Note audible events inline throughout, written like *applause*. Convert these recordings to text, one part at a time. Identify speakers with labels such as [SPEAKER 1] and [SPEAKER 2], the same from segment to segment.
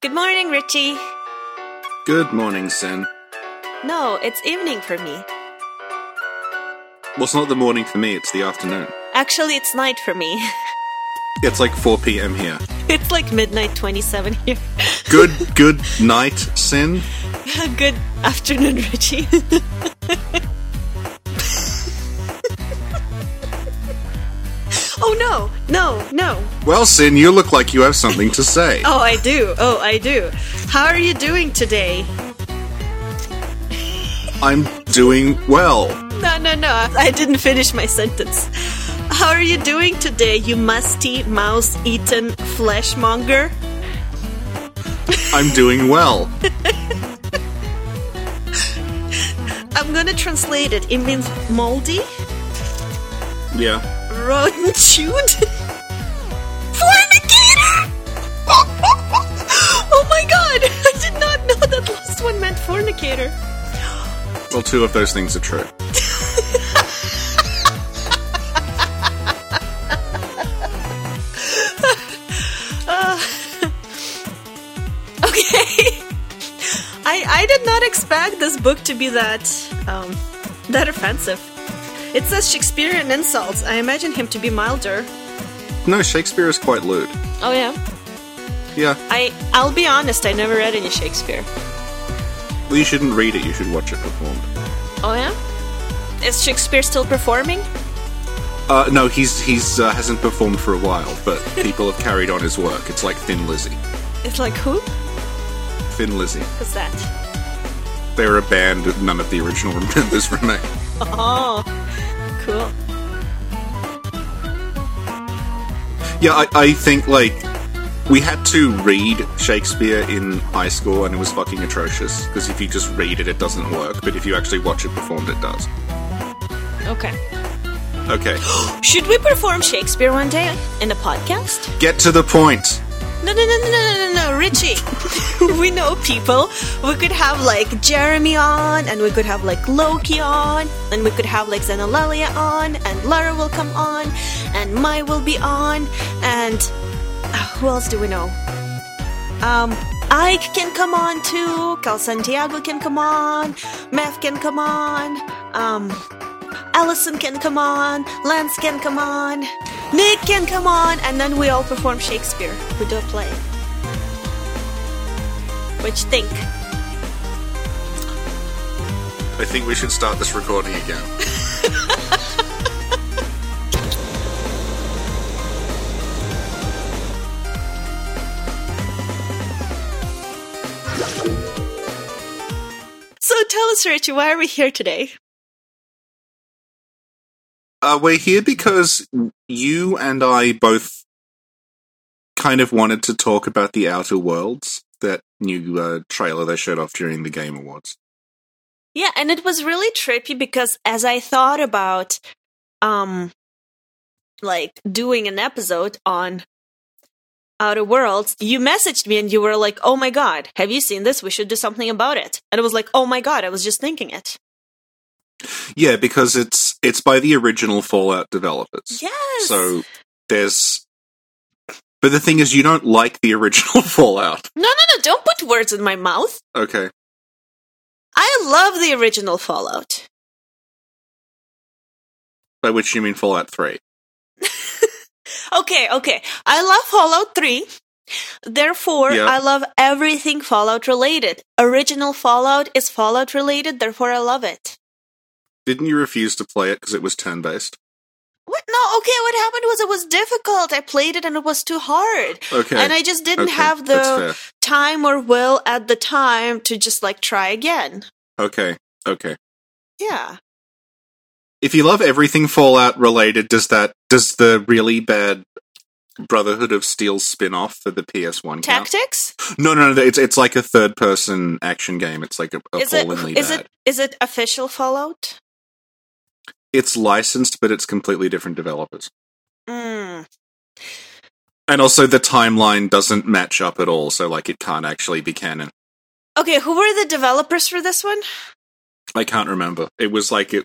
[SPEAKER 1] Good morning, Richie.
[SPEAKER 2] Good morning, Sin.
[SPEAKER 1] No, it's evening for me.
[SPEAKER 2] Well, it's not the morning for me, it's the afternoon.
[SPEAKER 1] Actually, it's night for me. *laughs*
[SPEAKER 2] It's like 4 p.m. here.
[SPEAKER 1] It's like midnight 27 here. *laughs*
[SPEAKER 2] Good, good night, Sin.
[SPEAKER 1] Good afternoon, Richie. *laughs* oh, no, no, no.
[SPEAKER 2] Well, Sin, you look like you have something to say.
[SPEAKER 1] Oh, I do. Oh, I do. How are you doing today?
[SPEAKER 2] I'm doing well.
[SPEAKER 1] No, no, no. I didn't finish my sentence. How are you doing today, you musty, mouse eaten fleshmonger?
[SPEAKER 2] I'm doing well.
[SPEAKER 1] I'm gonna translate it. It means moldy,
[SPEAKER 2] Yeah.
[SPEAKER 1] rotten chewed, fornicator! *laughs* oh my god! I did not know that last one meant fornicator.
[SPEAKER 2] Well, two of those things are true.
[SPEAKER 1] Okay. I I did not expect this book to be that um that offensive. It says Shakespearean insults. I imagine him to be milder.
[SPEAKER 2] No, Shakespeare is quite lewd.
[SPEAKER 1] Oh yeah.
[SPEAKER 2] Yeah.
[SPEAKER 1] I I'll be honest, I never read any Shakespeare.
[SPEAKER 2] Well, you shouldn't read it, you should watch it performed.
[SPEAKER 1] Oh yeah? Is Shakespeare still performing?
[SPEAKER 2] Uh, no, he's he's uh, hasn't performed for a while, but people have carried on his work. It's like Thin Lizzy.
[SPEAKER 1] It's like who?
[SPEAKER 2] Thin Lizzy.
[SPEAKER 1] Who's that?
[SPEAKER 2] They're a band that none of the original *laughs* members remain.
[SPEAKER 1] Oh cool.
[SPEAKER 2] Yeah, I, I think like we had to read Shakespeare in high school, and it was fucking atrocious. Because if you just read it, it doesn't work. But if you actually watch it performed, it does.
[SPEAKER 1] Okay.
[SPEAKER 2] Okay,
[SPEAKER 1] Should we perform Shakespeare one day in a podcast?
[SPEAKER 2] get to the point.
[SPEAKER 1] No, no, no, no, no, no, no, Richie. *laughs* we know people. We could have like Jeremy on, and we could have like Loki on, and we could have like Xenolalia on, and Lara will come on, and Mai will be on, and uh, who else do we know? Um, Ike can come on too. Cal Santiago can come on. Meth can come on. Um, Allison can come on, Lance can come on, Nick can come on, and then we all perform Shakespeare. We do a play. Which think?
[SPEAKER 2] I think we should start this recording again.
[SPEAKER 1] So tell us, Richie, why are we here today?
[SPEAKER 2] Uh, we're here because you and I both kind of wanted to talk about the Outer Worlds, that new uh, trailer they showed off during the Game Awards.
[SPEAKER 1] Yeah, and it was really trippy because as I thought about um like doing an episode on Outer Worlds, you messaged me and you were like, "Oh my god, have you seen this? We should do something about it." And it was like, "Oh my god, I was just thinking it."
[SPEAKER 2] Yeah, because it's it's by the original Fallout developers.
[SPEAKER 1] Yes.
[SPEAKER 2] So there's. But the thing is, you don't like the *laughs* original Fallout.
[SPEAKER 1] no, no, no, don't put words in my mouth.
[SPEAKER 2] Okay.
[SPEAKER 1] I love the original Fallout.
[SPEAKER 2] By which you mean Fallout 3.
[SPEAKER 1] Okay, okay. I love Fallout 3. Therefore,
[SPEAKER 2] Yeah.
[SPEAKER 1] I love everything Fallout related. Original Fallout is Fallout related, therefore I love it.
[SPEAKER 2] Didn't you refuse to play it because it was turn based?
[SPEAKER 1] What? No, okay. What happened was it was difficult. I played it and it was too hard.
[SPEAKER 2] Okay.
[SPEAKER 1] And I just didn't
[SPEAKER 2] Okay,
[SPEAKER 1] have
[SPEAKER 2] that's
[SPEAKER 1] the time or will at the time to just like try again.
[SPEAKER 2] Okay. Okay.
[SPEAKER 1] Yeah.
[SPEAKER 2] If you love everything Fallout related, does that does the really bad Brotherhood of Steel spin off for the PS1 count?
[SPEAKER 1] Tactics?
[SPEAKER 2] No, no, no. It's it's like a third person action game. It's like a, a
[SPEAKER 1] Is it
[SPEAKER 2] appallingly
[SPEAKER 1] is
[SPEAKER 2] bad.
[SPEAKER 1] it is it official Fallout?
[SPEAKER 2] It's licensed, but it's completely different developers.
[SPEAKER 1] Mm.
[SPEAKER 2] And also, the timeline doesn't match up at all, so like it can't actually be canon.
[SPEAKER 1] Okay. Who were the developers for this one?
[SPEAKER 2] I can't remember. It was like it.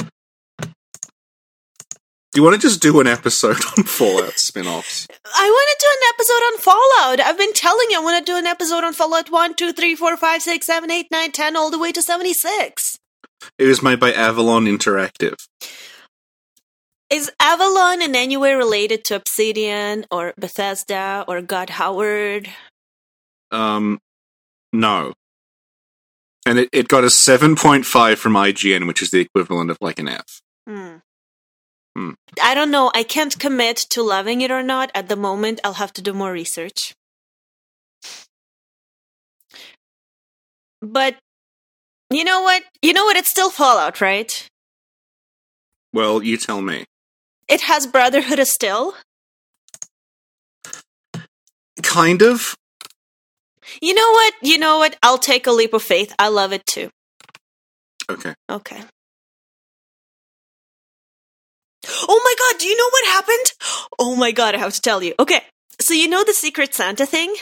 [SPEAKER 2] Do you want to just do an episode *laughs* on Fallout spin offs?
[SPEAKER 1] I want to do an episode on Fallout. I've been telling you I want to do an episode on Fallout 1, 2, 3, 4, 5, 6, 7, 8, 9, 10, all the way to 76.
[SPEAKER 2] It was made by Avalon Interactive.
[SPEAKER 1] Is Avalon in any way related to Obsidian or Bethesda or God Howard?
[SPEAKER 2] Um, no. And it, it got a 7.5 from IGN, which is the equivalent of like an F.
[SPEAKER 1] Hmm.
[SPEAKER 2] Hmm.
[SPEAKER 1] I don't know. I can't commit to loving it or not at the moment. I'll have to do more research. But you know what? You know what? It's still Fallout, right?
[SPEAKER 2] Well, you tell me.
[SPEAKER 1] It has Brotherhood of Steel.
[SPEAKER 2] Kind of.
[SPEAKER 1] You know what? You know what? I'll take a leap of faith. I love it too.
[SPEAKER 2] Okay.
[SPEAKER 1] Okay. Oh my god, do you know what happened? Oh my god, I have to tell you. Okay. So you know the Secret Santa thing?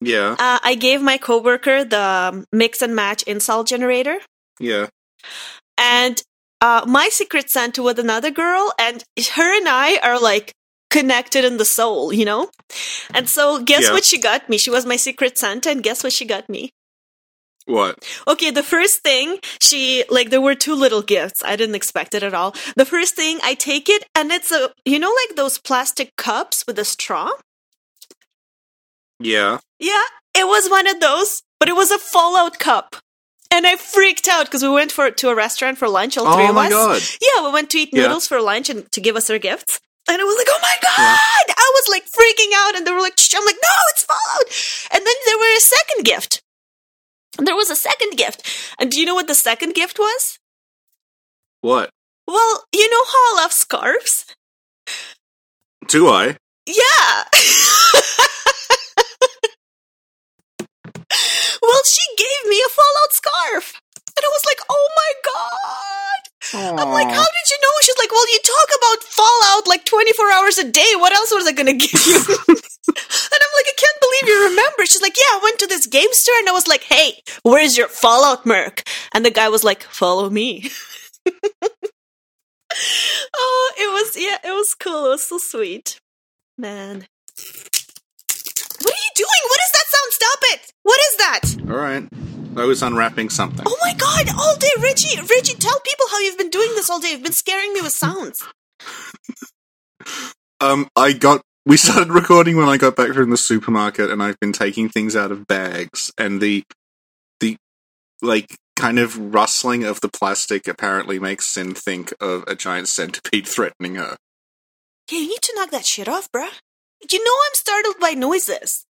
[SPEAKER 2] Yeah.
[SPEAKER 1] Uh, I gave my coworker the um, mix and match insult generator,
[SPEAKER 2] Yeah.
[SPEAKER 1] and uh, my Secret Santa with another girl, and her and I are like connected in the soul, you know. And so, guess
[SPEAKER 2] Yeah.
[SPEAKER 1] what she got me? She was my Secret Santa, and guess what she got me?
[SPEAKER 2] What?
[SPEAKER 1] Okay, the first thing she like there were two little gifts. I didn't expect it at all. The first thing I take it and it's a you know like those plastic cups with a straw?
[SPEAKER 2] Yeah.
[SPEAKER 1] Yeah, it was one of those, but it was a Fallout cup. And I freaked out because we went for to a restaurant for lunch, all three
[SPEAKER 2] Oh
[SPEAKER 1] of
[SPEAKER 2] my
[SPEAKER 1] us.
[SPEAKER 2] god.
[SPEAKER 1] Yeah, we went to eat
[SPEAKER 2] Yeah.
[SPEAKER 1] noodles for lunch and to give us our gifts. And I was like, oh my god!
[SPEAKER 2] Yeah.
[SPEAKER 1] I was like freaking out, and they were like, Shh. I'm like, no, it's Fallout. And then there were a second gift. There was a second gift, and do you know what the second gift was?
[SPEAKER 2] What?
[SPEAKER 1] Well, you know how I love scarves.
[SPEAKER 2] Do I?
[SPEAKER 1] Yeah. *laughs* well, she gave me a Fallout scarf, and I was like, oh my god. I'm like, how did you know? She's like, well, you talk about Fallout like 24 hours a day. What else was I going to give you? and I'm like, I can't believe you remember. She's like, yeah, I went to this game store and I was like, hey, where's your Fallout merc? And the guy was like, follow me. *laughs* oh, it was, yeah, it was cool. It was so sweet. Man. What are you doing? What is that sound? Stop it! What is that?
[SPEAKER 2] All right. I was unwrapping something.
[SPEAKER 1] Oh my god, all day, Richie! Richie, tell people how you've been doing this all day. You've been scaring me with sounds.
[SPEAKER 2] Um, I got. We started recording when I got back from the supermarket, and I've been taking things out of bags, and the, the, like kind of rustling of the plastic apparently makes Sin think of a giant centipede *laughs* threatening her.
[SPEAKER 1] Yeah, you need to knock that shit off, bruh. You know I'm startled by noises.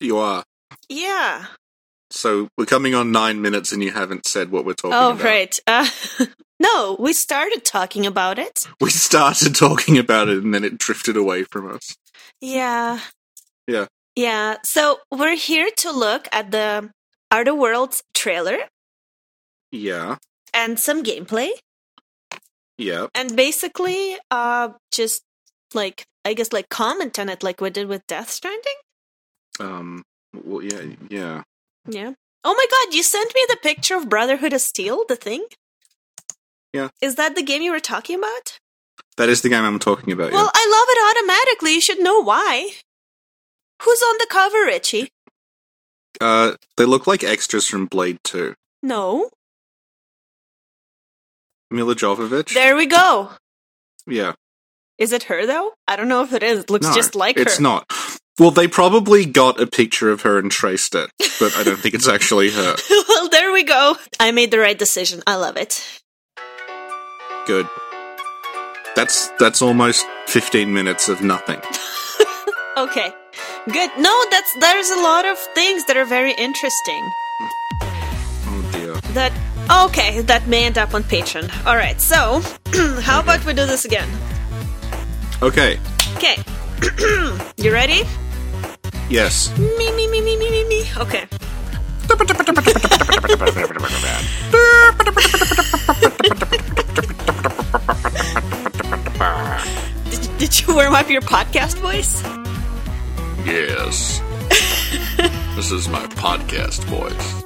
[SPEAKER 2] You are.
[SPEAKER 1] Yeah.
[SPEAKER 2] So we're coming on nine minutes, and you haven't said what we're talking
[SPEAKER 1] Oh,
[SPEAKER 2] about.
[SPEAKER 1] right. Uh, *laughs* no, we started talking about it.
[SPEAKER 2] We started *laughs* talking about it, and then it drifted away from us.
[SPEAKER 1] Yeah.
[SPEAKER 2] Yeah.
[SPEAKER 1] Yeah. So we're here to look at the Art of Worlds trailer
[SPEAKER 2] Yeah.
[SPEAKER 1] and some gameplay.
[SPEAKER 2] Yeah.
[SPEAKER 1] And basically, uh, just like, I guess, like comment on it like we did with Death Stranding.
[SPEAKER 2] Um. Well. Yeah. Yeah.
[SPEAKER 1] Yeah. Oh my god, you sent me the picture of Brotherhood of Steel, the thing?
[SPEAKER 2] Yeah.
[SPEAKER 1] Is that the game you were talking about?
[SPEAKER 2] That is the game I'm talking about.
[SPEAKER 1] Well, I love it automatically. You should know why. Who's on the cover, Richie?
[SPEAKER 2] yeah. Uh, they look like extras from Blade Two.
[SPEAKER 1] No.
[SPEAKER 2] Mila Jovovich.
[SPEAKER 1] There we go.
[SPEAKER 2] yeah.
[SPEAKER 1] Is it her though? I don't know if it is. It looks
[SPEAKER 2] No,
[SPEAKER 1] just like
[SPEAKER 2] it's
[SPEAKER 1] her.
[SPEAKER 2] not. Well, they probably got a picture of her and traced it, but I don't think it's actually her.
[SPEAKER 1] *laughs* well, there we go. I made the right decision. I love it.
[SPEAKER 2] Good. That's that's almost 15 minutes of nothing.
[SPEAKER 1] Okay. Good. No, that's there's a lot of things that are very interesting.
[SPEAKER 2] Oh dear.
[SPEAKER 1] That okay, that may end up on Patreon. Alright, so *clears throat* how about we do this again?
[SPEAKER 2] Okay.
[SPEAKER 1] Okay. *clears throat* you ready?
[SPEAKER 2] Yes.
[SPEAKER 1] Me, me, me, me, me, me, me. Okay. Did, did you warm up your podcast voice? *laughs*
[SPEAKER 2] Yes. this is my podcast voice.